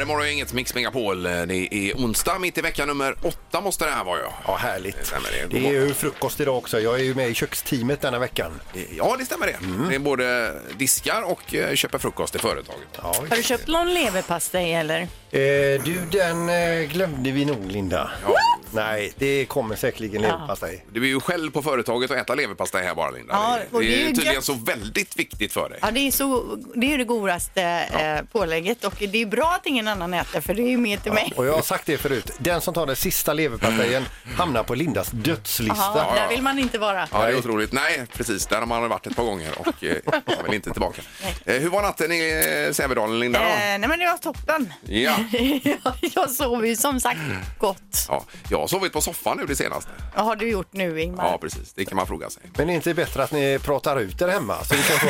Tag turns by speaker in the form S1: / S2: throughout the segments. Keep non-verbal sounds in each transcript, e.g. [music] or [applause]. S1: Eh, Morgongänget Mix Megapol. Eh, Det är onsdag, mitt i vecka nummer åtta måste det här vara. Ja,
S2: Ja, härligt.
S1: Nej, men det är-
S2: Det är ju frukost idag också. Jag är ju med i köksteamet denna veckan.
S1: ja det stämmer det. Det är både diskar och eh, köper frukost i företaget.
S2: Ja,
S3: Har du köpt någon leverpastej eller?
S2: eh, du, den eh, glömde vi nog, Linda.
S1: What?
S2: Nej, det kommer säkerligen leverpastej.
S1: Du är ju själv på företaget och äta leverpastej här bara Linda.
S3: Ja,
S1: Det-
S3: och
S1: det
S3: det är
S1: är
S3: ju
S1: tydligen
S3: gött.
S1: så väldigt viktigt för dig.
S3: Ja, det är, så, det, är ju det godaste eh, pålägget och det är bra att ingen annan äter för det är ju mer till mig.
S2: Och jag har sagt det förut. Den som tar den sista leverpastejen hamnar på Lindas dödslista.
S3: Ja, där vill man inte vara.
S1: Ja, det är otroligt. Nej, precis. Där har man varit ett par gånger och
S3: [laughs]
S1: eh, man vill inte tillbaka. Eh, hur var natten i eh, Sävedalen, Linda? då?
S3: Eh, nej men det var toppen.
S1: Ja.
S3: jag, [laughs] jag sov ju som sagt gott.
S1: Ja, jag har sovit på soffan nu det senaste.
S3: Vad har du gjort nu Ingmar?
S1: Ja, precis. Det kan man fråga sig.
S2: Men är det inte bättre att ni pratar ut där hemma? Så vi
S1: [laughs]
S2: kan få...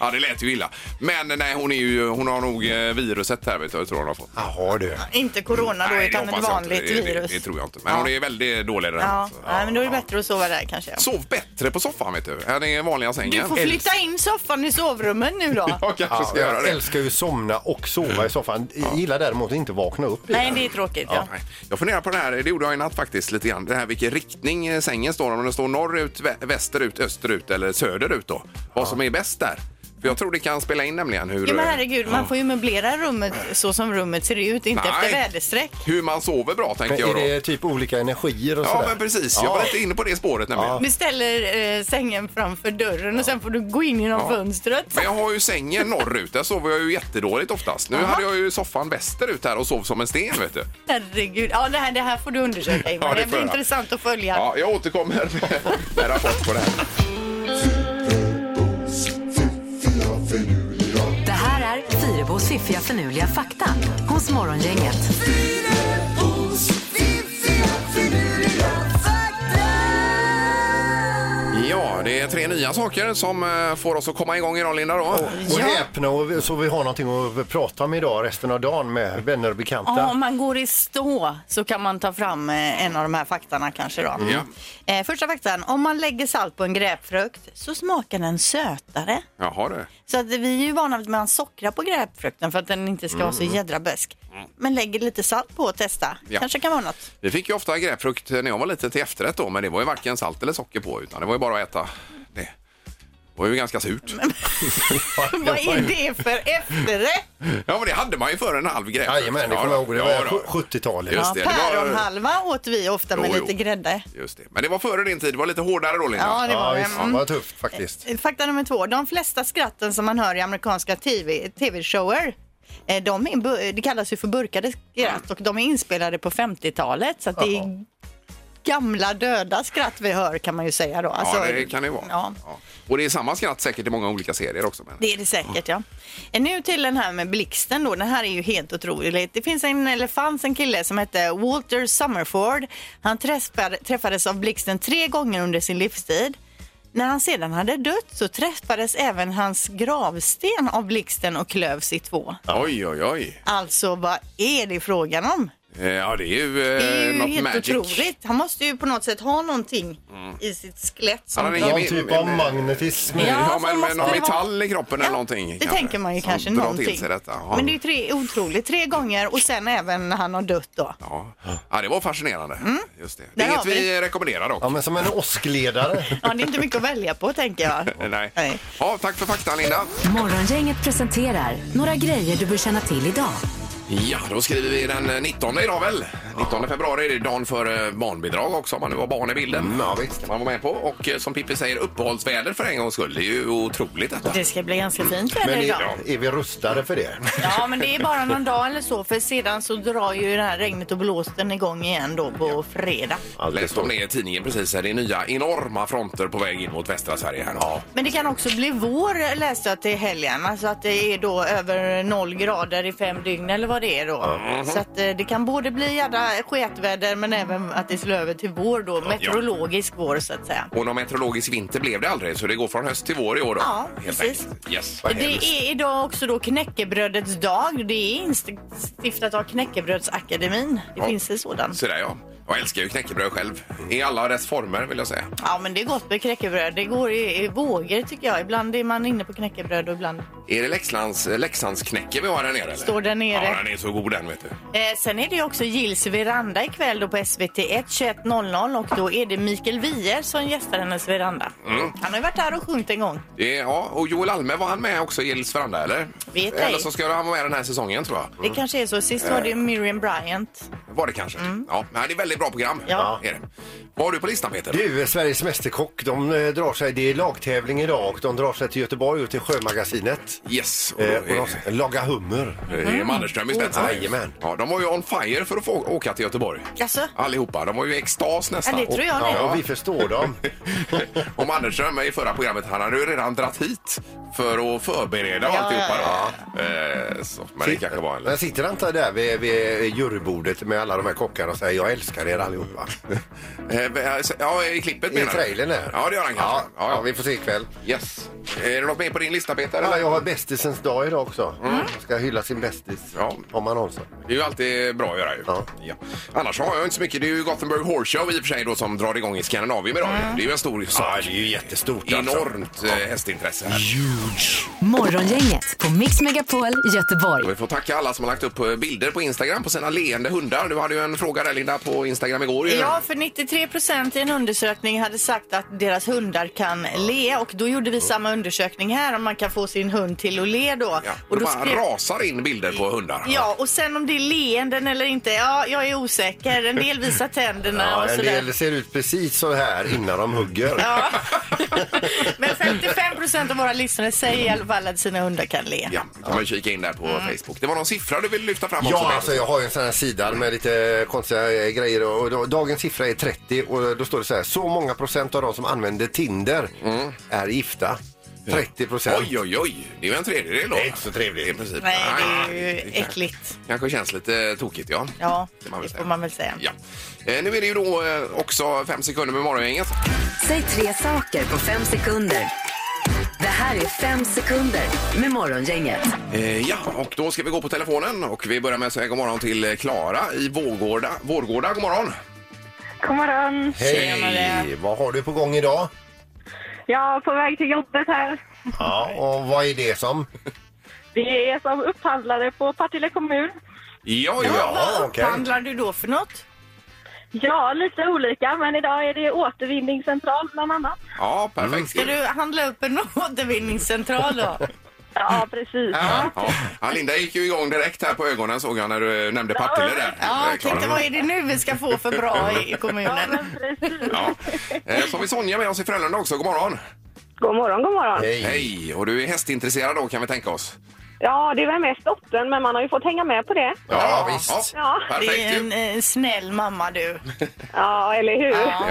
S1: Ja, det lät ju illa. Men nej, hon, är ju, hon har nog eh, viruset här, vet du, jag tror hon har fått.
S2: Jaha du.
S3: Inte corona då
S1: Nej, det
S3: utan ett
S1: hoppas jag inte.
S3: vanligt
S1: det,
S3: virus.
S1: Det, det tror jag inte. Men
S3: Ja.
S1: hon är väldigt dålig där hemma,
S3: Ja,
S1: så.
S3: nej, men då är det bättre att sova där kanske.
S1: Sov bättre på soffan, vet du, än i vanliga sängen.
S3: Du får flytta in soffan i sovrummen nu då.
S1: [laughs] Jag kanske
S2: Ja,
S1: ska göra
S2: jag
S1: det.
S2: älskar ju somna och sova i soffan. Gillar däremot inte vakna upp i
S3: Nej,
S2: den.
S3: det är tråkigt. Ja.
S1: Nej, Jag funderar på det här, det gjorde jag i natt faktiskt lite grann. Det här vilken riktning eh, sängen står, om den står norrut, vä- västerut, österut eller söderut då. Vad som är bäst där. För jag tror det kan spela in nämligen hur...
S3: Jo, men herregud, man får ju möblera rummet så som rummet ser ut, inte
S1: Nej.
S3: efter väderstreck.
S1: Hur man sover bra tänkte
S2: Men
S1: jag
S2: är
S1: då.
S2: det typ olika energier och
S1: Ja
S2: sådär?
S1: men precis, jag var lite inne på det spåret nämligen.
S3: Du ställer eh, sängen framför dörren och sen får du gå in genom fönstret.
S1: Men jag har ju sängen norrut, där sover jag ju jättedåligt oftast. Nu hade jag ju soffan västerut här och sov som en sten vet du.
S3: Herregud. Ja, det, här, det här får du undersöka, Ingmar.
S1: Ja, det
S3: det,
S1: får
S3: blir
S1: jag.
S3: intressant att följa.
S1: Ja, jag återkommer med, med rapport på det här.
S4: Det här är Fyrabos fiffiga förnuliga fakta hos Morgongänget.
S1: Ja, det är tre nya saker som eh, får oss att komma igång idag Linda då.
S2: Och häpna och så vi har någonting att prata om idag resten av dagen med vänner och
S3: Ja,
S2: bekanta.
S3: om man går i stå så kan man ta fram eh, en av de här faktarna kanske då.
S1: Ja.
S3: Eh, första faktan, om man lägger salt på en gräpfrukt så smakar den sötare.
S1: Jaha du.
S3: Så att vi är ju vana vid att man sockrar på gräpfrukten för att den inte ska vara så jädra besk. Men lägger lite salt på och testa.
S1: Mm. Ja.
S3: Kanske kan vara något.
S1: Vi fick ju ofta gräpfrukt när jag var liten till efterrätt då, men det var ju varken salt eller socker på utan det var ju bara att äta det. var ju ganska surt.
S3: Vad är
S1: [laughs]
S3: det för efterrätt?
S1: Ja, men det hade man ju före en halv gräpfrukt.
S2: Jajamän, det
S1: Ja,
S2: kommer jag ihåg. Det
S1: ja,
S2: var
S1: då.
S2: 70-talet.
S1: Just
S3: Ja,
S1: det, det var-
S3: päronhalva åt vi ofta med
S1: Jo, jo.
S3: lite grädde.
S1: Just det. Men det var före din tid, det var lite hårdare då Linda.
S3: Ja, det
S2: Ja,
S3: var
S2: visst.
S3: det.
S2: Det
S3: Mm.
S2: var tufft faktiskt.
S3: Fakta nummer två. De flesta skratten som man hör i amerikanska TV tv-shower eh, de är, bu- det kallas ju för burkade skratt och de är inspelade på 50-talet så att det är gamla döda skratt vi hör kan man ju säga då. Alltså,
S1: ja, det kan det ju vara.
S3: ja.
S1: Ja. Och det är samma skratt säkert i många olika serier också. Men...
S3: Det är det säkert, ja. Nu till den här med blixten då. Den här är ju helt otrolig. Det finns en, eller fanns en kille som hette Walter Summerford. Han träffade, träffades av blixten tre gånger under sin livstid. När han sedan hade dött så träffades även hans gravsten av blixten och klövs i två.
S1: Oj, oj, oj.
S3: Alltså, vad är det frågan om?
S1: Eh, Ja, det är ju, eh,
S3: Det är ju
S1: något
S3: helt
S1: magic.
S3: otroligt. Han måste ju på något sätt ha någonting i sitt skelett som
S1: Han hade
S3: drar-
S1: ingen
S2: Någon typ av magnetism.
S3: Ja,
S1: Ja,
S3: så
S1: men med någon
S3: måste det vara.
S1: metall i kroppen eller någonting.
S3: Det
S1: kanske,
S3: tänker man ju
S1: som
S3: kanske
S1: drar
S3: någonting.
S1: Till sig detta. Ja.
S3: Men det är ju tre, otroligt. Tre gånger och sen även när han har dött då.
S1: Ja. ja, det var fascinerande. Just det. det
S3: Mm. Där
S1: är inget
S3: har vi
S1: vi rekommenderar dock.
S2: Ja, men som en åskledare.
S3: [laughs] Ja, det är inte mycket att välja på tänker
S1: [laughs]
S3: jag.
S1: Nej.
S3: Nej.
S1: Ja, tack för faktan, Linda.
S4: Morgongänget presenterar några grejer du bör känna till idag.
S1: Ja, då skriver vi den eh, 19 idag väl? 19 februari är det dagen för eh, barnbidrag också, om man nu har barn i bilden.
S2: ja, visst.
S1: kan man vara med på. Och eh, som Pippi säger, uppehållsväder för en gångs skull. Det är ju otroligt detta.
S3: Det ska bli ganska fint
S2: Men
S3: väder idag.
S2: är, är vi rustade för det?
S3: Ja, men det är bara någon dag eller så för sedan så drar ju det här regnet och blåsten igång igen då på fredag.
S1: Läste om Alltså, det i tidningen precis. Här. Det är nya enorma fronter på väg in mot västra Sverige. Här. Ja.
S3: Men det kan också bli vår läste jag till helgen. Alltså att det är då över noll grader i fem dygn eller vad det är då.
S1: Mm-hmm.
S3: Så att eh, det kan både bli jädra sketväder men även att det slår över till vår då. Meteorologisk vår så att säga.
S1: Och någon meteorologisk vinter blev det aldrig, så det går från höst till vår i år. Då,
S3: Ja,
S1: helt
S3: precis.
S1: enkelt. Yes.
S3: Det är idag också då knäckebrödets dag. Det är instiftat av Knäckebrödsakademin. Det
S1: Ja.
S3: finns en sådan.
S1: Så där, ja. Jag älskar ju knäckebröd själv. I alla dess former vill jag säga.
S3: Ja, men det är gott med knäckebröd. Det går i, i vågor tycker jag. Ibland är man inne på knäckebröd och ibland...
S1: Är det Leksands, Leksandsknäcke vi har här nere? Eller?
S3: Står där nere.
S1: Ja, den är så god den vet du.
S3: Eh, sen är det ju också Gills veranda ikväll då på SVT1 21.00 och då är det Mikael Wiehe som gästar hennes veranda.
S1: Mm.
S3: Han har ju varit här och sjungit en gång.
S1: Det är, ja, och Joel Alme var han med också i Gills veranda eller?
S3: Vet ej.
S1: eller så ska han vara med den här säsongen tror jag.
S3: Det kanske är så. Sist var det
S1: Eh.
S3: ju Miriam Bryant.
S1: Var det kanske? Ja, men det är väldigt bra program.
S3: Mm. Ja.
S1: Är det. Vad har du på listan Peter?
S2: Du, Sveriges Mästerkock, de eh, drar sig, det är lagtävling idag och de drar sig till Göteborg och till Sjömagasinet.
S1: Yes. Och då
S2: Eh, och
S1: är,
S2: de, laga hummer.
S1: det är Eh, Mannerström i spetsen.
S2: Oh, jajamän.
S1: ja, de var ju on fire för att få åka till Göteborg.
S3: Jaså?
S1: Allihopa. De var ju i extas nästan.
S3: Ja, det tror jag
S1: Och-
S3: det.
S2: Ja, och vi förstår dem.
S1: Om Andersström i förra programmet, han hade ju redan dratt hit för att förbereda och
S3: Ja,
S1: alltihopa.
S3: ja,
S1: Då. Eh, så, men det kanske var en...
S2: Men sitter han inte där vid, vid jurybordet med alla de här kockarna och säger jag älskar
S1: [laughs]
S2: er allihopa?
S1: Eh, alltså, Ja, i klippet
S2: I
S1: menar du?
S2: trailern där.
S1: Ja, det gör han
S2: Ja,
S1: kanske.
S2: ja, vi får se ikväll.
S1: Yes. Är det något mer på din lista Peter?
S2: Ja, jag har bästisens dag idag också. Man ska hylla sin bästis
S1: Mm. Ja.
S2: om man någonsin.
S1: Det är ju alltid bra att göra ju.
S2: Ja.
S1: Annars har jag inte så mycket. Det är ju Gothenburg Horse Show i och för sig då som drar igång i Skandinavien idag. Det är ju en stor sak.
S2: Mm. Ja, det är ju jättestort alltså.
S1: Enormt eh, hästintresse här.
S4: Morgongänget på Mix Megapol Göteborg.
S1: Och vi får tacka alla som har lagt upp eh, bilder på Instagram på sina leende hundar. Du hade ju en fråga där Linda på Instagram igår ju.
S3: Ja, för 93 procent i en undersökning hade sagt att deras hundar kan le och då gjorde vi samma undersökning här om man kan få sin hund till att le då.
S1: Ja,
S3: och
S1: och
S3: då
S1: det bara rasar in bilder på hundar.
S3: Ja, och sen om det är leenden eller inte, ja, jag är osäker. En del visar tänderna
S2: Ja,
S3: och
S2: en
S3: sådär.
S2: del ser ut precis så här innan de hugger.
S3: Ja. [laughs] Men 55 procent av våra lyssnare säger i alla fall att sina hundar kan le.
S1: Ja, kan man kika in där på
S3: Mm.
S1: Facebook. Det var någon siffra du ville lyfta fram också.
S2: Ja,
S1: Peter.
S2: alltså jag har ju en sån här sida med lite konstiga eh, grejer och då, dagens siffra är 30 och då står det så här. Så många procent av de som använder Tinder är gifta. 30 procent.
S1: Mm. Oj, oj, oj. Det är ju en tredjedel då.
S2: Det är inte så trevligt.
S1: Det är precis.
S3: Nej, det är ju
S1: Nej, det kan-
S3: äckligt.
S1: Kanske känns lite tokigt, ja.
S3: Ja,
S1: Kan man väl
S3: det
S1: säga.
S3: får man väl säga.
S1: ja. Eh, Nu är det ju då eh, också fem sekunder med Morgongänget.
S4: Säg tre saker på fem sekunder. Det här är fem sekunder med Morgongänget.
S1: Eh, Ja, och då ska vi gå på telefonen och vi börjar med att säga god morgon till eh, Klara i Vårgårda. Vårgårda, god morgon.
S5: God morgon.
S2: Hej!
S3: Tjenare.
S2: Vad har du på gång idag?
S5: Jag är på väg till jobbet här.
S2: Ja, och vad är det som?
S5: Vi är som upphandlare på Partille kommun.
S1: Ja, ja.
S2: Ja, okej.
S3: Upphandlar du då för något?
S5: Ja, lite olika, men idag är det återvinningscentral bland annat.
S1: Ja, perfekt.
S3: Mm. Ska du handla upp en [laughs] återvinningscentral då?
S5: Ja, precis.
S1: Ja. Ja, Linda gick ju igång direkt här på ögonen såg jag när du eh, nämnde Partille där.
S3: Ja,
S1: Eh,
S3: jag
S1: Klara.
S3: tänkte vad är det nu vi ska få för bra i i
S5: Ja,
S3: kommunen?
S5: men precis.
S1: Ja. Eh, Så har vi Sonja med oss i Frölunda också. God morgon!
S5: God morgon, god morgon.
S2: Hej!
S1: Hej! Och du är hästintresserad då kan vi tänka oss?
S5: Ja, det är väl mest dottern, men man har ju fått hänga med på det.
S2: Ja, visst.
S1: Ja,
S5: Ja.
S3: Det
S1: perfekt
S3: är
S1: ju.
S3: en eh, snäll mamma du.
S5: Ja, eller hur?
S3: Ja.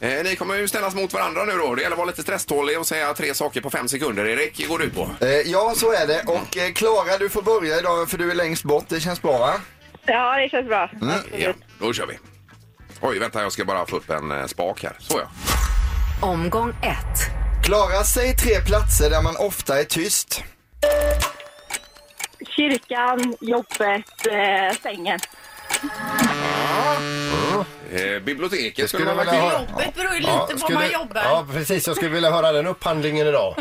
S1: Ja. Eh, Ni kommer ju ställas mot varandra nu då. Det gäller att vara lite stresstålig och säga tre saker på fem sekunder. Erik, går du ut på?
S6: Eh, Ja, så är det. Och eh, Klara, du får börja idag för du är längst bort. Det känns bra, va?
S5: Ja, det känns bra.
S1: Ja, då kör vi. Oj, vänta, jag ska bara få upp en eh, spak här. Så ja.
S4: Omgång ett.
S6: Klara, säg tre platser där man ofta är tyst.
S5: Kyrkan, jobbet, eh, sängen.
S1: Eh, biblioteket skulle
S2: Det skulle
S1: man
S2: jag
S1: väl
S2: vilja ha.
S3: Jobbet beror ju
S2: Ja,
S3: lite på var
S2: skulle-
S3: man jobbar.
S2: Ja, precis. Jag skulle vilja höra den upphandlingen idag.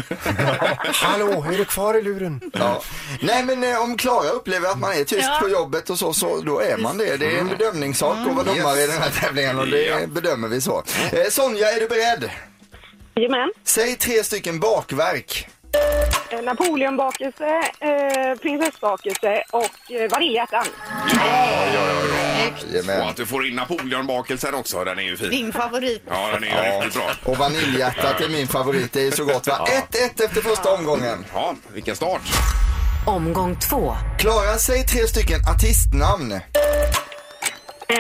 S2: [laughs] Hallå, är du kvar i luren?
S6: Ja. Nej, men eh, om Klara upplever att man är tyst
S3: Ja.
S6: på jobbet och så, så då är man det. Det är en bedömningssak att vara domare i den här tävlingen och det
S1: Ja.
S6: bedömer vi så. Eh, Sonja, är du beredd?
S5: Jajamän.
S6: Säg tre stycken bakverk.
S5: Eh, Napoleonbakelse, eh, prinsessbakelse och eh, vaniljhjärtan.
S1: Och
S6: Jajamän.
S1: att du får in Napoleonbakelsen också. Den är ju fin.
S3: Din favorit.
S1: Ja, den är ju
S6: Ja.
S1: riktigt bra.
S6: Och vaniljhjärtat är min favorit. Det är så gott, va? 1-1 efter första omgången.
S1: Ja, vilken start.
S4: Omgång två.
S6: Klara, säg tre stycken artistnamn.
S5: Eh,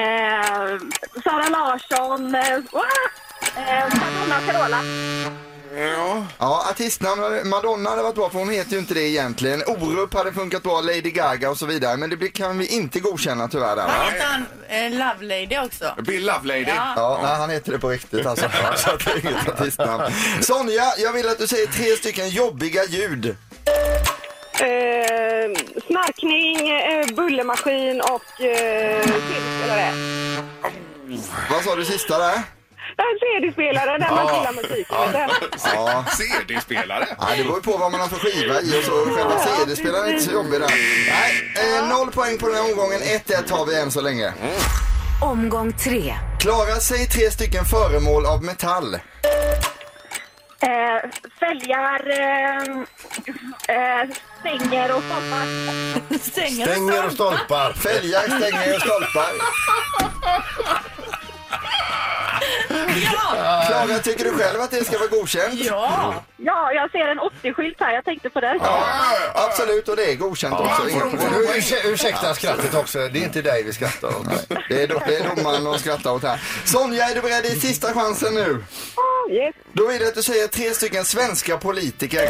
S5: Sara Larsson, eh, ah! eh, Madonna och Carola.
S1: Ja,
S6: Ja, artistnamn Madonna hade varit bra för hon heter ju inte det egentligen. Orup hade funkat bra, Lady Gaga och så vidare. Men det blir- kan vi inte godkänna tyvärr där. va?
S3: Vad heter han? Eh, Love Lady också.
S1: Bill Lovelady.
S3: Ja.
S6: Ja, nej, han heter det på riktigt [laughs] alltså. Så att det är inget artistnamn. Sonja, jag vill att du säger tre stycken jobbiga ljud.
S5: Eh, snarkning, eh, bullermaskin och eh, cirkus, eller vad det är.
S6: Vad sa du sista där?
S5: Den CD-spelaren där man gillar musiken.
S6: Ja.
S1: CD-spelare.
S6: Ja, det beror ju på vad man har för skiva i och så. Själva CD-spelaren är inte så jobbig där. Nej, eh, noll poäng på den här omgången. 1-1 har vi än så länge.
S4: Omgång tre.
S6: Klara, säg tre stycken föremål av metall.
S5: Eh, fälgar, eh, eh, stänger och stoppar.
S3: Stänger och
S2: Stänger och
S3: stolpar.
S2: stolpar.
S6: Fälgar, stänger och stolpar. Klara, tycker du själv att det ska vara godkänt?
S3: Ja!
S5: Ja, jag ser en 80-skylt här. Jag tänkte på det.
S6: Absolut, och det är godkänt också. Inga problem.
S2: Nu, ursäk- ursäkta skrattet också. Det är inte dig vi skrattar åt.
S6: Det är, do- det är domaren de skrattar åt här. Sonja, är du beredd? Det är sista chansen nu.
S5: Ah, Yes.
S6: Då är det att du säger tre stycken svenska politiker.
S5: Eh,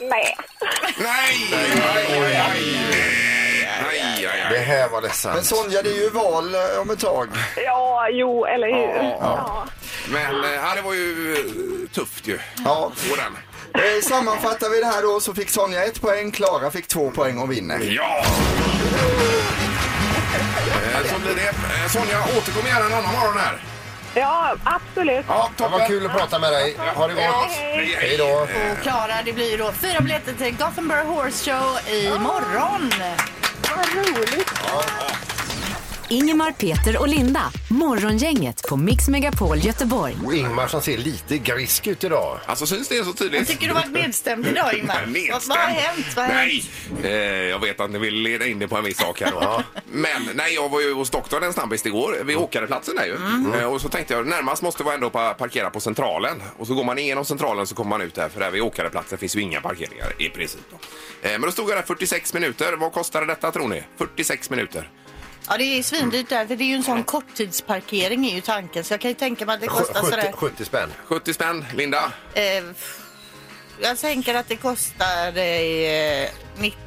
S5: nej.
S1: Nej! Aj, aj, aj. Aj, aj,
S2: Det
S1: aj.
S2: här var ledsamt.
S6: Men Sonja, det är ju val eh, om ett tag.
S5: Ja, jo, eller hur? Ja.
S1: Men eh, ja, det var ju eh, tufft ju.
S6: Ja.
S1: På den.
S6: Eh, Sammanfattar vi det här då så fick Sonja ett poäng, Klara fick två poäng och vinner.
S1: Ja! Eh, Så blir det. Eh, Sonja, återkom gärna en annan morgon här.
S5: ja, absolut.
S1: Ja,
S2: Det var kul att prata med dig. Ha det gott.
S1: Hej,
S2: Hej
S1: hej.
S2: då.
S3: Och Klara, det blir ju då fyra biljetter till Gothenburg Horse Show imorgon.
S5: Vad roligt.
S4: Ingemar, Peter och Linda. Morgongänget på Mix Megapol Göteborg.
S2: Och Ingmar som ser lite grisk ut idag.
S1: Alltså syns det så tydligt?
S3: Jag tycker du har varit nedstämd idag Ingmar.
S1: Nedstämd.
S3: Vad- Vad har hänt? Vad har hänt?
S1: Nej, eh, jag vet att ni vill leda in det på en viss sak här då. Men nej, jag var ju hos doktorn en snabbis igår vid
S3: Mm.
S1: åkareplatsen där ju. Eh, och så tänkte jag närmast måste vara ändå pa- parkera på centralen. Och så går man igenom centralen så kommer man ut där för där vid åkareplatsen finns ju inga parkeringar i princip. Då. Eh, men då stod jag där 46 minuter. Vad kostade detta tror ni? 46 minuter.
S3: Ja, det är ju svindyrt där för det är ju en sån korttidsparkering är ju tanken. Så jag kan ju tänka mig att det kostar
S2: 70,
S3: sådär.
S2: 70 spänn.
S1: 70 spänn, Linda.
S3: Eh, jag tänker att det kostar eh,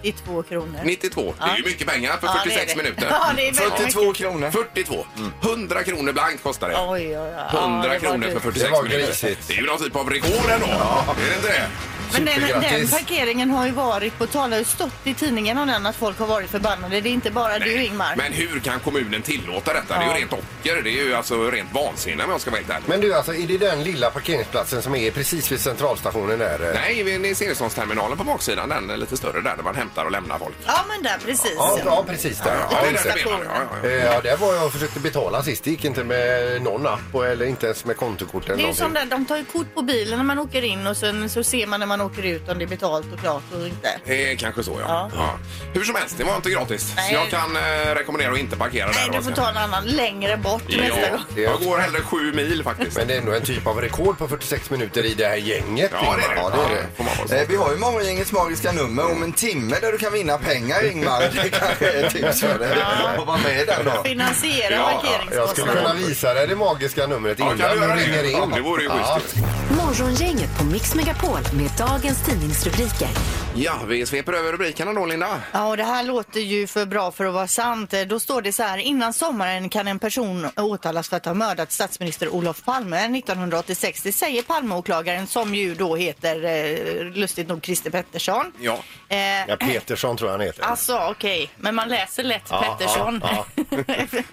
S3: 92 kronor.
S1: 92. Det är ju mycket pengar för
S3: Ja, det är
S1: 46
S3: det.
S1: minuter.
S3: [laughs] Ja, det är väldigt
S6: 42 kronor.
S1: 42. 100 kronor blankt kostar det.
S3: Oj, oj, oj. Ja,
S1: 100
S3: det var
S1: kronor för
S3: dyrt.
S1: 46
S2: Det var
S1: minuter.
S2: grisigt.
S1: Det är ju någon typ av rekord ändå. Är det inte det?
S3: Men den, den
S2: Supergrattis.
S3: parkeringen har ju varit på tal, det har ju stått i tidningen om den att folk har varit förbannade. Det är inte bara du Ingmar.
S1: Men hur kan kommunen tillåta detta? Det är ju
S3: Ja.
S1: rent ocker. Det är ju alltså rent vansinne om jag ska vara helt ärlig.
S2: Men du, alltså, är det den lilla parkeringsplatsen som är precis vid centralstationen där? eh?
S1: Nej, vid Nils Erikssonsterminalen på baksidan. Den är lite större där, där man hämtar och lämnar folk.
S3: Ja men där precis.
S2: Ja, ja, precis där. Ja,
S1: Ja, det är
S2: just
S1: där du
S2: det.
S1: menar. Ja, ja,
S2: Eh, Ja, där var jag och försökte betala sist. Det gick inte med någon app och- eller inte ens med kontokort eller
S3: Det är ju
S2: någonting.
S3: som där, de tar ju kort på bilen när man åker in och sen så ser man när man åker ut om det är betalt och klart och inte.
S1: ja. Eh, kanske så, ja.
S3: Ja.
S1: ja. Hur som helst, det var inte gratis. Så
S3: Nej.
S1: jag kan eh, rekommendera att inte parkera där.
S3: Nej, du
S1: vad
S3: får
S1: ska-
S3: ta en annan längre bort nästa
S1: Ja,
S3: gång.
S1: jag går hellre sju mil faktiskt.
S2: Men det är ändå en typ av rekord på 46 minuter i det här gänget.
S1: Ja, det är det.
S2: Ingmar.
S1: Ja, får man vara så.
S6: Eh, Vi har ju Morgongängets magiska nummer om en timme där du kan vinna pengar Ingmar. Det kanske är ett tips för dig att vara med den då.
S3: Finansiera
S1: Ja, ja,
S2: Jag skulle
S3: parkeringskostnaden.
S2: kunna visa dig det magiska numret
S1: Ja,
S2: innan
S1: kan du göra
S2: du
S1: det?
S2: ringer in.
S1: Ja, det vore ju schysst.
S4: Morgongänget på Mix Megapol med dagens tidningsrubriker.
S1: Ja, vi sveper över rubrikerna då, Linda.
S3: Ja, och det här låter ju för bra för att vara sant. Eh, Då står det så här, innan sommaren kan en person åtalas för att ha mördat statsminister Olof Palme 1986. Det säger Palmeåklagaren som ju då heter, eh, lustigt nog, Christer Pettersson.
S1: Ja.
S3: Eh,
S2: Ja, Petersson tror jag han heter.
S3: Alltså okej, men man läser lätt
S2: Ja,
S3: Pettersson.
S2: ja,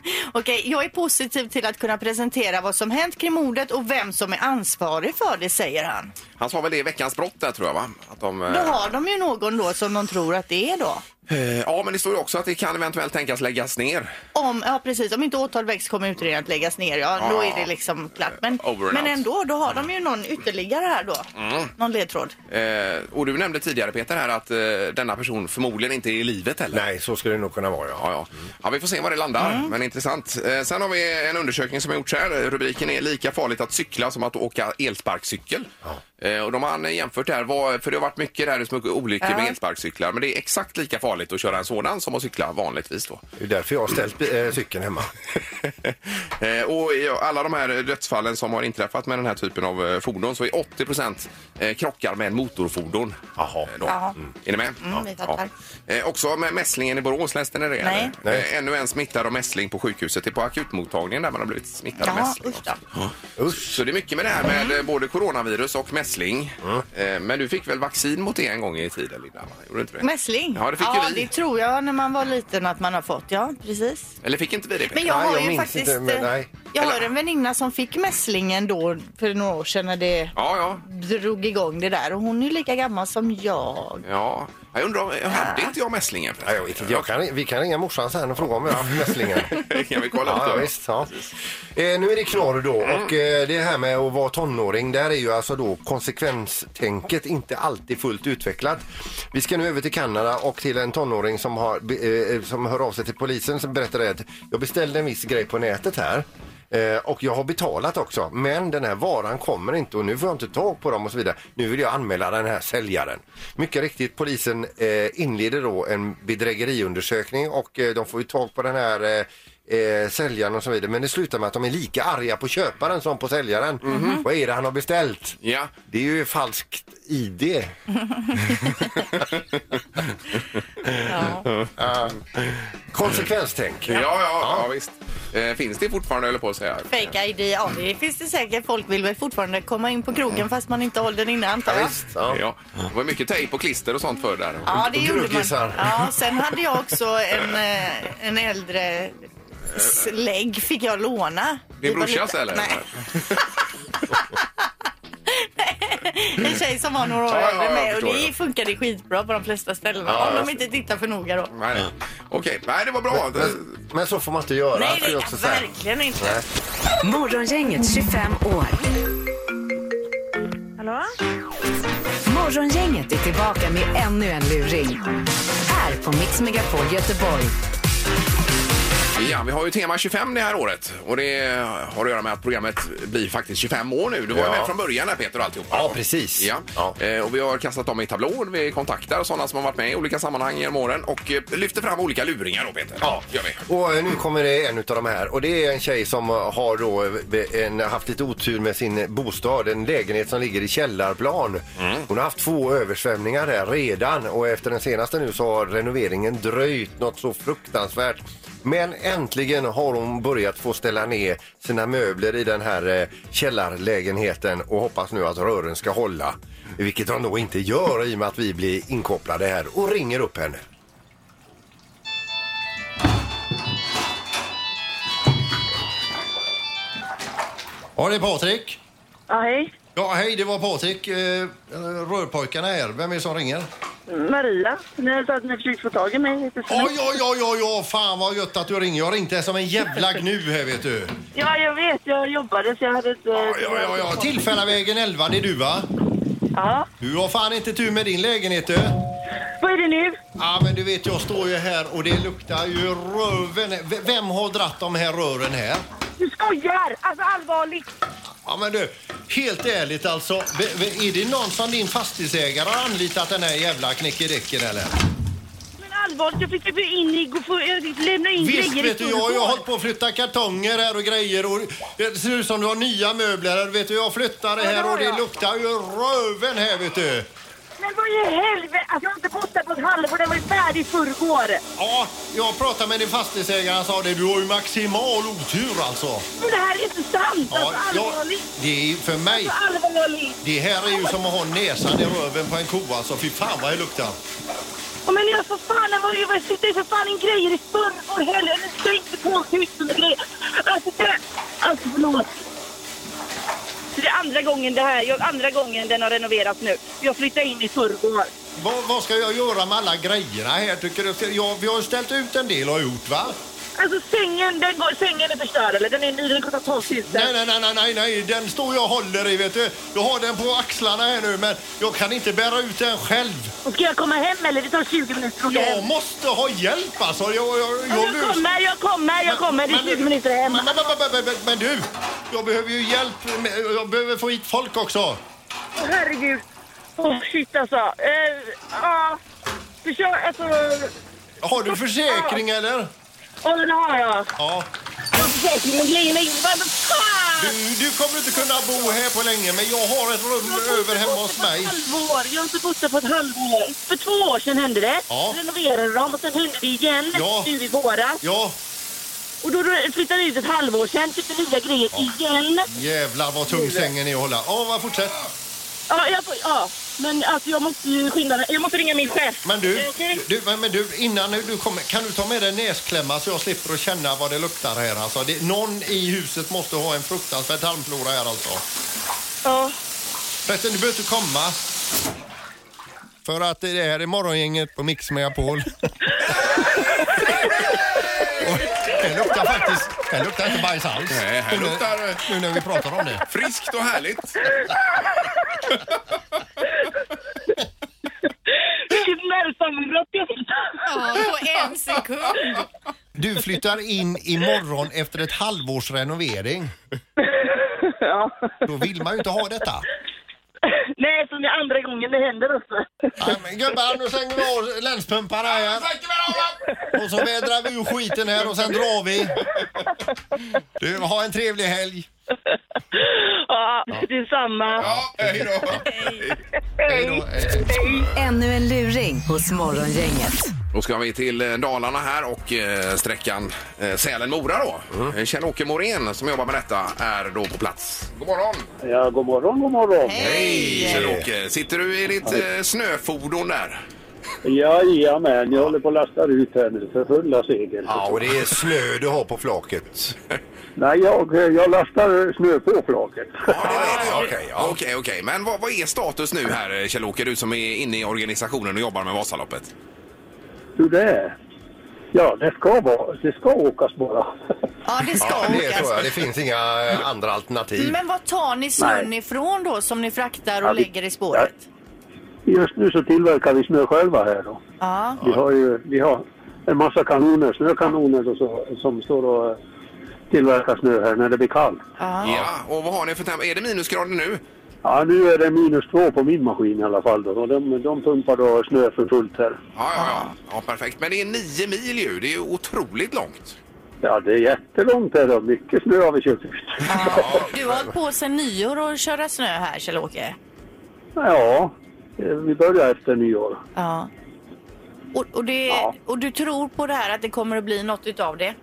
S3: [laughs] okej, jag är positiv till att kunna presentera vad som hänt kring mordet och vem som är ansvarig för det, säger han.
S1: Han sa väl det i Veckans brott där tror jag va? Att de, eh,
S3: Då har de ju någon då som de tror att det är då.
S1: eh, ja men det står ju också att det kan eventuellt tänkas läggas ner.
S3: Om, ja precis, om inte åtal väcks kommer utredningen att läggas ner. Ja, då är det liksom klart. Men,
S1: Over and
S3: men
S1: out. Mm.
S3: ändå, då har de ju någon ytterligare här då. Någon ledtråd.
S1: Eh, och du nämnde tidigare Peter här att eh, denna person förmodligen inte är i livet heller.
S2: Nej, så skulle det nog kunna vara
S1: Ja,
S2: ja.
S1: ja. ja, vi får se var det landar, men intressant. Eh, sen har vi en undersökning som är gjorts här. Rubriken är lika farligt att cykla som att åka elsparkcykel. Eh, och de har eh, jämfört det här, vad, för det har varit mycket där som olyckor med elsparkcyklar, men det är exakt lika farligt att köra en sådan som att cykla vanligtvis då.
S2: Det är därför jag har ställt eh, cykeln hemma.
S1: [laughs] Eh, och i alla de här dödsfallen som har inträffat med den här typen av eh, fordon så är 80 eh, krockar med motorfordon.
S2: Jaha.
S1: Eh, då.
S3: Jaha.
S1: Mm. Är ni med?
S3: vi fattar.
S1: Eh, också med mässlingen i Borås, läste ni det?
S3: Nej.
S1: eller? Eh, ännu en smittad av mässling på sjukhuset. Det är på akutmottagningen där man har blivit smittad av
S3: Jaha,
S1: mässling.
S3: usch då. Mm.
S1: Så det är mycket med det här med eh, både coronavirus och mässling mässling. Eh, Men du fick väl vaccin mot det en gång i tiden, Linda? va? Gjorde du inte det?
S3: Mässling?
S1: Ja, det fick
S3: ja,
S1: ju vi.
S3: det tror jag när man var liten att man har fått. Ja, precis.
S1: Eller fick inte vi det? Peter?
S3: Men jag
S2: Nej,
S3: har
S2: jag
S3: ju
S2: minns
S3: faktiskt...
S2: inte, men
S3: eh,
S2: nej.
S3: Jag har
S1: Eller-
S3: en väninna som fick mässlingen då för några år sedan när det
S1: Ja, ja.
S3: drog igång det där. Och hon är ju lika gammal som jag.
S1: Ja, jag undrar om, hade inte jag mässlingen? förresten?
S2: Ja, jag vet inte. Jag kan, vi kan ringa morsan sen och fråga om jag har haft mässlingen.
S1: kan vi kolla upp
S2: Ja, ja,
S1: det?
S2: visst, ja. Eh, nu är det knorr då och eh, det här med att vara tonåring där är ju alltså då konsekvenstänket inte alltid fullt utvecklat. Vi ska nu över till Kanada och till en tonåring som, har, be- eh, som hör av sig till polisen som berättar att jag beställde en viss grej på nätet här. eh, Och jag har betalat också, men den här varan kommer inte och nu får jag inte tag på dem och så vidare. Nu vill jag anmäla den här säljaren. Mycket riktigt, polisen eh, inleder då en bedrägeriundersökning och eh, de får ju tag på den här eh, eh, säljaren och så vidare. Men det slutar med att de är lika arga på köparen som på säljaren. Vad är det han har beställt?
S1: Mhm. Ja.
S2: Det är ju falskt ID. ja. Konsekvenstänk.
S1: Ja, ja, ja, visst. Eh, finns det fortfarande, eller på att säga?
S3: Fake ID, ja det finns det säkert. Folk vill väl fortfarande komma in på krogen fast man inte håller den inne antar jag.
S2: visst.
S1: Ja.
S2: Ja.
S1: Det var mycket tejp och klister och sånt förr där.
S3: Ja, det
S2: Och
S3: gjorde man.
S2: gruggisar.
S3: Ja, sen hade jag också en, eh, en äldre slägg fick jag låna.
S1: Din
S3: Vi var
S1: brorsas
S3: lite-
S1: eller?
S3: Nej. [laughs] En tjej som var några år
S1: Ja, ja,
S3: äldre
S1: jag
S3: med och
S1: förstår,
S3: det
S1: ja.
S3: funkade skitbra på de flesta ställen.
S1: Ja,
S3: om
S1: jag
S3: de inte tittar för noga då.
S1: Nej, nej. Okej, nej det var bra.
S2: Men, men så får man inte göra.
S3: Nej,
S2: får
S3: det
S2: jag
S3: kan
S2: också säga.
S3: verkligen inte.
S4: Morgongänget 25 år.
S5: Hallå?
S4: Morgongänget är tillbaka med ännu en luring. Här på Mix Megapol Göteborg.
S1: Ja, vi har ju tema 25 det här året. Och det har att göra med att programmet blir faktiskt 25 år nu. Du var ju
S2: Ja.
S1: med från början här Peter och alltihopa.
S2: Ja, precis.
S1: Ja.
S2: Ja.
S1: Eh, och vi har kastat dem i tablån. Vi kontaktar sådana som har varit med i olika sammanhang genom åren och eh, lyfter fram olika luringar då Peter. Ja. Gör vi.
S2: Och eh, nu kommer det en utav de här och det är en tjej som eh, har då eh, en, haft lite otur med sin eh, bostad, en lägenhet som ligger i källarplan. Hon har haft två översvämningar där redan och efter den senaste nu så har renoveringen dröjt något så fruktansvärt. Men äntligen har hon börjat få ställa ner sina möbler i den här eh, källarlägenheten och hoppas nu att rören ska hålla. Vilket hon då inte gör i och med att vi blir inkopplade här och ringer upp henne.
S7: Ja, det är Patrik.
S5: Ja, hej.
S7: Ja, hej, det var Patrik. Eh, Rörpojkarna här. Vem är det som ringer?
S5: Maria. Ni har sagt att ni försökt få tag i mig. lite
S7: Ja,
S5: snabbt.
S7: ja, ja, ja, ja, fan vad gött att du ringer. Jag har ringt dig som en jävla gnu här, vet du.
S5: Ja, jag vet. Jag jobbade så jag hade inte...
S7: Ja, ja, ja, ja. Tillfällavägen 11, det är du va?
S5: Ja.
S7: Du har fan inte tur med din lägenhet du.
S5: Vad är det nu?
S7: Ja, men du vet, jag står ju här och det luktar ju röven. V- Vem har dratt de här rören här?
S5: Du skojar! Alltså allvarligt.
S7: Ja, men du, helt ärligt alltså. v- v- Är det någon som din fastighetsägare har anlitat den här jävla knickedicken eller?
S5: Men allvarligt, jag fick ju in i... gå för- Jag fick lämna in
S7: Visst
S5: grejer
S7: vet du,
S5: i
S7: jag har ju
S5: korridoren.
S7: hållit på att flytta kartonger här och grejer och det ser ut som du har nya möbler här. Vet du, jag flyttar det
S5: Ja, det
S7: här
S5: har
S7: och det
S5: jag.
S7: luktar ju röven här vet du.
S5: Men vad i helvete! Alltså jag har inte bott där på ett halvår. Den var ju färdig i förrgår.
S7: Ja, jag pratade med din fastighetsägare han sa det. Du har ju maximal otur alltså.
S5: Men det här är inte sant!
S7: Ja,
S5: alltså
S7: jag,
S5: allvarligt.
S7: det är för mig.
S5: Alltså allvarligt.
S7: Det här är ju som att ha näsan i röven på en ko alltså. Fy fan vad det luktar.
S5: Ja, men jag för fan, jag var ju- jag sitter ju för fan i grejer i förrgår heller. Jag ska inte på tusen grejer. Alltså det... Alltså förlåt. Det är andra gången det här, jag, andra gången den har renoverats nu. Jag flyttade in i förrgår.
S7: Vad, vad ska jag göra med alla grejerna här tycker du? Ja, vi har ju ställt ut en del har jag gjort va?
S5: Alltså sängen, den går, sängen är förstörd eller? Den är ny, den kostar 12 000.
S7: Nej, nej, nej, nej, nej, nej, den står jag och håller i vet du. Jag har den på axlarna här nu men jag kan inte bära ut den själv.
S5: Och ska jag komma hem eller? Det tar 20 minuter att åka
S7: Jag
S5: hem.
S7: måste ha hjälp alltså. Jag, jag, jag,
S5: Ja, Jag
S7: löser-
S5: kommer, jag kommer, jag kommer. Det är 20 minuter hem.
S7: Men, men, men, men, men, men, men du, jag behöver ju hjälp. med- Jag behöver få hit folk också.
S5: Åh, herregud. Åh shit alltså. Eh, Ja, du kör alltså.
S7: Har du försäkring eller?
S5: Ja, den har jag.
S7: Ja.
S5: Jag har försäkringen, grejerna är inne. Vad fan!
S7: Du, du kommer inte kunna bo här på länge men jag har ett rum
S5: Jag har inte
S7: över hemma
S5: bott
S7: hos
S5: där på ett
S7: mig.
S5: Halvår. Jag har inte bott där på ett halvår. För två år sedan hände det.
S7: Ja.
S5: Renoverade de och sen hände det igen
S7: Ja.
S5: nu i våras.
S7: Ja,
S5: Och då flyttade vi ut ett halvår sedan, köpte nya grejer igen.
S7: jävlar vad tung sängen är att hålla. Ja, va, fortsätt.
S5: Ja, jag får, ja. Men alltså jag måste ju skynda mig. Jag måste ringa min chef.
S7: Men du,
S5: Okej?
S7: du, men, men du innan du kommer, kan du ta med dig näsklämma så jag slipper att känna vad det luktar här alltså? Det, någon i huset måste ha en fruktansvärd tarmflora här alltså.
S5: Ja.
S7: Förresten, du behöver inte komma. För att det här är morgongänget på Mix
S1: [laughs]
S7: Megapol. Och Det luktar faktiskt, det luktar inte bajs alls.
S1: Nej, Eh, här
S7: Nu-
S1: luktar-
S7: Nu när vi pratar om det.
S1: Friskt och härligt.
S5: Vilket nervsammanbrott jag fick.
S8: Ja, på en sekund.
S7: Du flyttar in imorgon efter ett halvårs renovering.
S5: Ja.
S7: Då vill man ju inte ha detta.
S5: Nej, som det är andra gången det händer också.
S7: Nej, men Gubbar, nu slänger vi av länspumpar här. Och så vädrar vi ur skiten här och sen drar vi. Du, ha en trevlig helg.
S5: Ja, detsamma.
S1: Ja, hej då.
S7: Hej då. Hej.
S4: Ännu en luring hos Morgongänget.
S1: Då ska vi till eh, Dalarna här och eh, sträckan eh, Sälen-Mora då. Eh, Kjell-Åke Morén som jobbar med detta är då på plats. God morgon!
S9: Ja, god morgon, god morgon.
S1: Hej Kjell-Åke! Sitter du i ditt eh, snöfordon där?
S9: Jajamän, jag håller på att lasta ut här nu för fulla segel.
S2: Ja, och det är snö du har på flaket.
S9: Nej, jag, jag lastar snö på flaket.
S1: Okej, okej. okej. Men vad, vad är status nu här eh, Kjell-Åke? Du som är inne i organisationen och jobbar med Vasaloppet.
S9: Hur det är? Ja, det ska, vara, det ska åkas bara.
S3: Ja, det ska
S2: Ja, det
S3: åkas.
S2: tror jag. Det finns inga eh, andra alternativ.
S3: Men var tar ni snön
S9: Nej.
S3: ifrån då som ni fraktar och
S9: Ja, vi-
S3: lägger i spåret?
S9: Just nu så tillverkar vi snö själva här då.
S3: Ja.
S9: Vi har ju vi har en massa kanoner, snökanoner och så, som står och tillverkar snö här när det blir kallt.
S3: ja.
S1: Ja, och vad har ni för temp? Är det minusgrader nu?
S9: Ja, nu är det minus två på min maskin i alla fall då. Och de, de pumpar då snö för fullt här.
S1: Ja, ja, ja. ja perfekt. Men det är nio mil ju. Det är ju otroligt långt.
S9: Ja, det är jättelångt här då. Mycket snö har vi kört ut.
S3: Ja. Du har hållit på sedan nyår och köra snö här Kjell-Åke.
S9: [laughs] Ja, eh, vi börjar efter nyår.
S3: Ja. Och, och, det,
S9: Ja.
S3: och du tror på det här att det kommer att bli något utav det?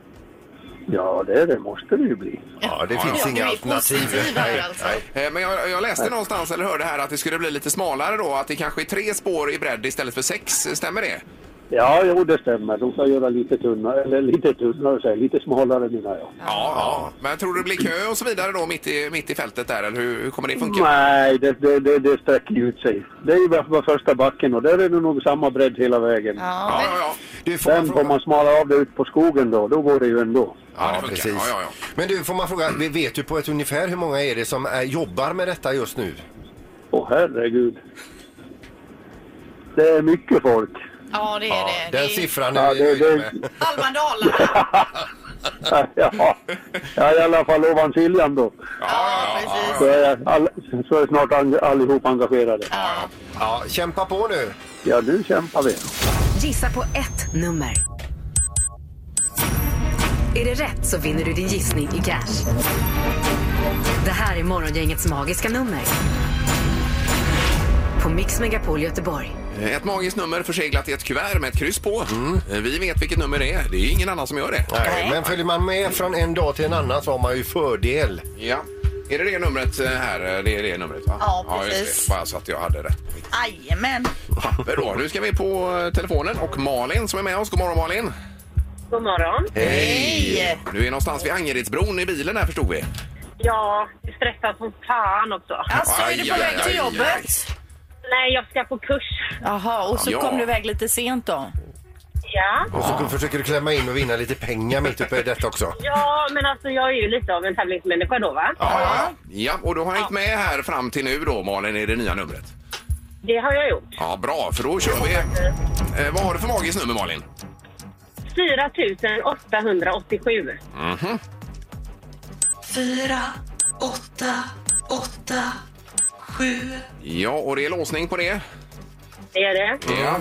S9: Ja, det, det måste det ju bli.
S2: Ja, det
S1: Ja,
S2: finns
S1: ja.
S2: inga
S3: Du är
S2: alternativ.
S3: positiv här
S2: Nej,
S3: alltså.
S2: nej.
S1: Eh, Men jag, jag läste någonstans eller hörde här att det skulle bli lite smalare då. Att det kanske är tre spår i bredd istället för sex. Stämmer det?
S9: Ja, jo, det stämmer. De ska göra lite tunnare, eller lite tunnare, säger jag, lite smalare menar jag.
S1: Ja, ja. Men tror du det blir kö och så vidare då mitt i, mitt i fältet där? Eller hur, hur kommer det funka?
S9: Nej, det, det, det, det sträcker ju ut sig. Det är ju bara bara första backen och där är det nog samma bredd hela vägen.
S1: Ja, ja, ja.
S2: Du, får man
S9: Sen får
S2: fråga,
S9: man smala av det ut på skogen då, då går det ju ändå.
S1: Ja, det
S2: ja,
S1: funkar.
S2: precis.
S1: Ja, ja, ja.
S2: Men du, får man fråga, vi vet du på ett ungefär hur många är det som eh, jobbar med detta just nu?
S9: Åh herregud. Det är mycket folk.
S3: Ja, det är det. det
S2: Den
S3: är
S2: siffran är
S9: Ja,
S2: vi
S9: det,
S2: nöjda
S9: det,
S2: med.
S3: halva Dalarna.
S9: ja. ja, i alla fall ovan Siljan då.
S3: Ja,
S9: Så
S3: precis.
S9: är, all, så är snart ang- allihop engagerade.
S2: Ja, kämpa på nu.
S9: Ja, nu kämpar vi.
S4: Gissa på ett nummer. Är det rätt så vinner du din gissning i cash. Det här är Morgongängets magiska nummer. På Mix Megapol Göteborg.
S1: Eh, Ett magiskt nummer förseglat i ett kuvert med ett kryss på. Eh, Vi vet vilket nummer det är. Det är ingen annan som gör det.
S2: Nej, men följer man med från en dag till en annan så har man ju fördel.
S1: Ja. Är det det numret eh, här? Det är det numret, va?
S3: Ja,
S1: just
S3: precis.
S1: det. Bara så att jag hade rätt.
S3: Jajamän.
S1: Men då, nu ska vi på eh, telefonen och Malin som är med oss. God morgon Malin!
S5: God morgon.
S3: Hej!
S1: Du är någonstans vid Angeredsbron i bilen här förstod vi.
S5: Ja, stressad som fan också.
S3: Alltså, är du på
S1: Aj,
S3: väg
S1: aj,
S3: till
S1: aj,
S3: jobbet?
S5: Nej, jag ska på kurs.
S3: Jaha, och så
S1: Ja.
S3: kom du iväg lite sent då?
S5: Ja.
S2: Och så försöker du klämma in och vinna lite pengar mitt uppe i detta också.
S5: Ja, men alltså jag är ju lite av en tävlingsmänniska då va?
S1: Ja, ja. ja och du har hängt med här fram till nu då Malin i det nya numret.
S5: Det har jag gjort.
S1: Ja, bra för då kör vi. Eh, vad har du för magiskt nummer Malin?
S5: 4 887.
S1: Ja, och det är låsning på det.
S5: Det är det.
S1: Ja.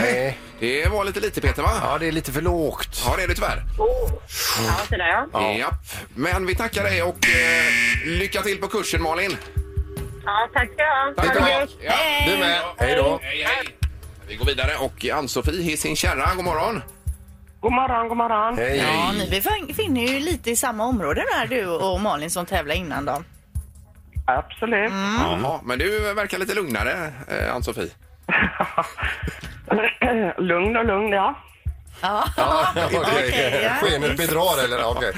S2: Nej.
S1: Det var lite lite Peter va?
S2: Ja, det är lite för lågt.
S1: Ja, det är det tyvärr.
S5: Oh. Ja, så där ja.
S1: Ja. Men vi tackar dig och eh, lycka till på kursen Malin.
S5: Ja, tack ska du ha.
S2: Tack
S5: Ha det
S2: då.
S5: gött.
S1: Ja.
S2: Du med. Hej då.
S1: Mm. Hej, hej. Vi går vidare och Ann-Sofie Hising Kärra, god morgon.
S9: God morgon, god morgon.
S2: Hej,
S3: Ja,
S2: hej.
S3: ni befinner ju lite i samma område där du och Malin som tävlade innan då.
S9: Absolut.
S1: Jaha, men du verkar lite lugnare, eh, Ann-Sofie.
S9: lugn och lugn, ja.
S3: [laughs]
S2: Ja, okej.
S3: Okej, ja.
S2: Skenet bedrar eller? Okej.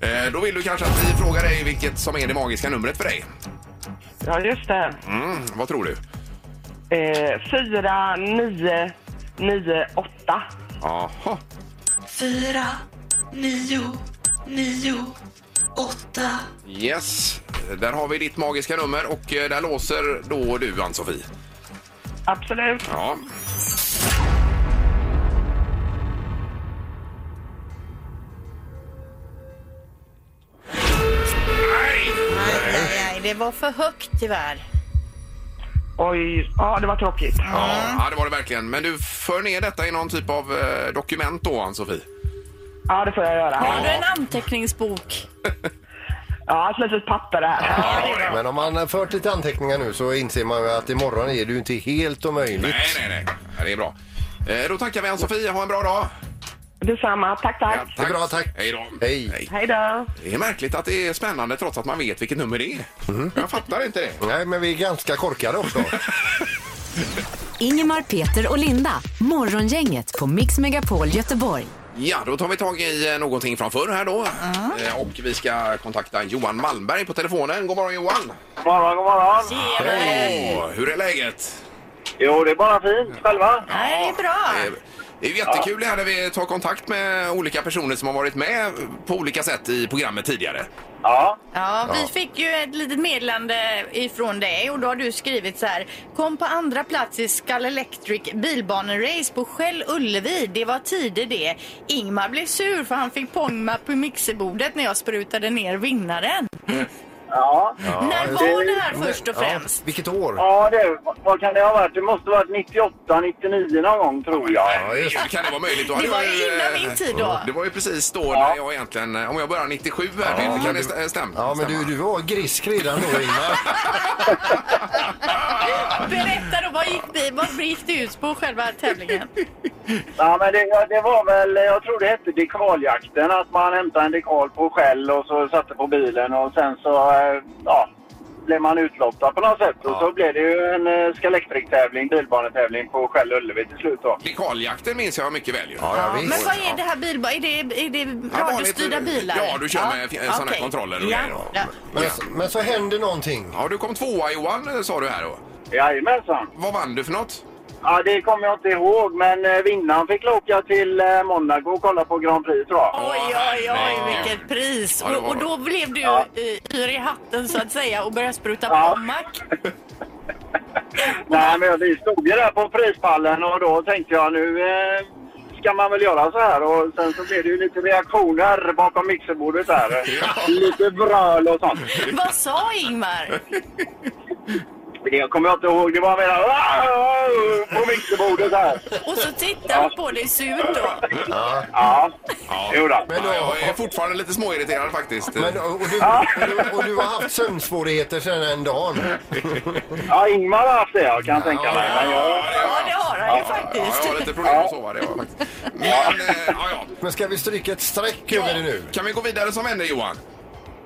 S1: Eh, Då vill du kanske att vi frågar dig vilket som är det magiska numret för dig.
S9: Ja, just det.
S1: Mm, vad tror du?
S9: Eh, fyra, nio, nio, åtta.
S1: Jaha. Yes, där har vi ditt magiska nummer och eh, där låser då du Ann-Sofie.
S9: Absolut.
S1: Ja.
S3: Nej, nej, nej, det var för högt tyvärr.
S9: Oj, ja det var tråkigt.
S1: Ja, ja, det var det verkligen. Men du för ner detta i någon typ av eh, dokument då, Ann-Sofie?
S9: Ja, det får jag göra.
S3: Har du en anteckningsbok?
S9: Ja, jag slöt ett papper här.
S2: Men om man har fört lite anteckningar nu så inser man ju att imorgon är det ju inte helt omöjligt.
S1: Nej, nej, nej. Ja, det är bra. Eh, Då tackar vi Ann-Sofie. Ha en bra dag.
S9: Detsamma, tack,
S1: Ja,
S9: tack.
S2: Det är bra, tack.
S1: Hej då.
S2: Hej.
S9: Hej då.
S1: Det är märkligt att det är spännande trots att man vet vilket nummer det är.
S2: Mm.
S1: Jag fattar inte det.
S2: Nej, men vi är ganska korkade också.
S4: Ingemar, Peter och Linda. Morgongänget på Mix Megapol Göteborg.
S1: Ja, då tar vi tag i eh, någonting från förr här då. Eh, Och vi ska kontakta Johan Malmberg på telefonen. God morgon Johan!
S9: God morgon, god morgon.
S1: Åh, hur är läget?
S9: Jo, det är bara fint. Själva?
S3: Nej, det är bra.
S1: Eh, Det är ju jättekul det här när vi tar kontakt med olika personer som har varit med på olika sätt i programmet tidigare.
S9: Ja.
S3: Ja, vi fick ju ett litet meddelande ifrån dig och då har du skrivit så här. Kom på andra plats i Skull Electric bilbanerace på Skäll Ullevi. Det var tider det. Ingmar blev sur för han fick pångma på mixerbordet när jag sprutade ner vinnaren.
S9: Ja.
S3: När var det här [laughs] först och
S2: Ja,
S3: främst?
S2: vilket år?
S9: Ja, det, vad kan det ha varit? Det måste ha varit 98, 99 någon gång tror jag.
S2: Ja, just
S1: Hur kan det vara möjligt? Då
S3: Det
S1: hade
S3: var
S1: jag
S3: ju innan
S1: eh,
S3: min tid då.
S1: Det var ju precis då
S9: Ja.
S1: när jag egentligen, om jag börjar 97 här, Peter, kan det stä- stäm-
S2: Ja, men du,
S1: stämma?
S2: du var grisk redan då, Ingmar.
S3: Berätta då, vad gick, det- vad gick det ut på själva tävlingen?
S9: Ja, men det, ja, det var väl, jag tror det hette dekaljakten, att man hämtade en dekal på skäll och så satte på bilen och sen så, eh, ja, blev man utlottad på något sätt. Och så blev det ju en eh, Scalextric-tävling, bilbanetävling på Skäll Ullevi till slut då.
S1: Dekaljakten minns jag mycket väl ju.
S2: Ja, ja,
S3: Men
S2: visst.
S3: vad är det här bilba? Är det, är det
S1: Ja,
S3: radiostyrda
S1: vanligt,
S3: bilar?
S1: ja, du kör med f- sådana
S3: okej.
S1: kontroller och
S3: ja.
S1: grejer då.
S3: Ja.
S2: Men, men så hände någonting.
S1: Ja, du kom tvåa Johan, eh, sa du här då.
S9: Jajamensan!
S1: Vad vann du för något?
S9: Ja, det kommer jag inte ihåg, men eh, vinnaren fick åka till eh, Monaco och kolla på Grand Prix tror jag.
S3: Oj, oj, oj, vilket pris!
S1: Ja, det var
S3: Och, och då blev du
S9: Ja.
S3: eh, yr i hatten så att säga och började spruta
S9: Ja.
S3: pommack.
S9: Nej, men vi stod ju där på prispallen och då tänkte jag nu eh, ska man väl göra så här. Och sen så blev det ju lite reaktioner bakom mixerbordet där. Lite bröl och sånt.
S3: Vad sa Ingmar?
S9: Det kommer jag inte ihåg. Det var mera "Aah!" på mixerbordet här.
S3: Och så tittar han på dig surt då.
S9: Ja, jo då.
S2: Men
S1: Ja, jag
S2: då,
S1: är fortfarande lite småirriterad faktiskt.
S2: men, och, du, och, du, och du har haft sömnsvårigheter sedan den dagen.
S9: Ja, Ingmar har haft det jag kan tänka mig. Men jag...
S3: Ja, det har han ju
S1: Ja, jag har
S3: faktiskt.
S1: lite problem att sova. Det var faktiskt. Men, eh, ja, ja.
S2: Men ska vi stryka ett streck över det nu?
S1: Kan vi gå vidare som ämne Johan?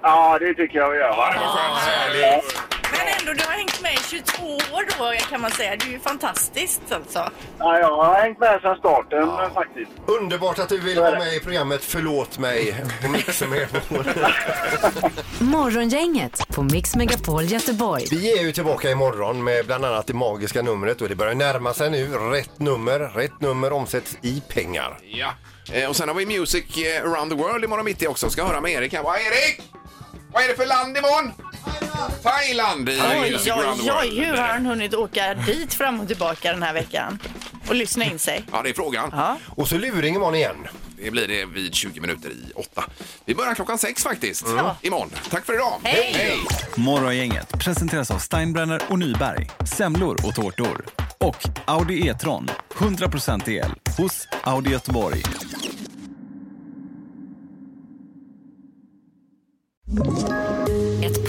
S9: Ja, det tycker jag vi gör. Va?
S1: Det var skönt. Härligt.
S3: Men ändå, du har hängt med i 22 år då kan man säga. Det är ju fantastiskt alltså.
S9: Ja, jag har hängt med sedan starten faktiskt.
S2: Underbart att du vill vara med i programmet Förlåt mig på Mix Megapol.
S4: Morgongänget på Mix Megapol Göteborg.
S2: Vi är ju tillbaka imorgon med bland annat det magiska numret och det börjar närma sig nu. Rätt nummer, rätt nummer omsätts i pengar.
S1: Ja. Eh, Och sen har vi Music eh, around the world imorgon mitt i också. Ska höra med Erik här. Vad är Erik? Vad är det för land imorgon? Thailand i
S3: Oj,
S1: Music
S3: oj,
S1: around the
S3: oj,
S1: world.
S3: hur har han hunnit åka dit fram och tillbaka den här veckan? Och lyssna in sig.
S1: Ja, det är frågan.
S3: Ja.
S2: Och så luring imorgon igen.
S1: Det blir det vid 20 minuter i åtta. Vi börjar klockan sex faktiskt.
S3: Ja.
S1: Imorgon. Tack för idag.
S3: Hej.
S10: Morgongänget presenteras av Steinbrenner och Nyberg. Semlor och tårtor. Och Audi E-tron. 100% el hos Audi Göteborg.
S4: Ett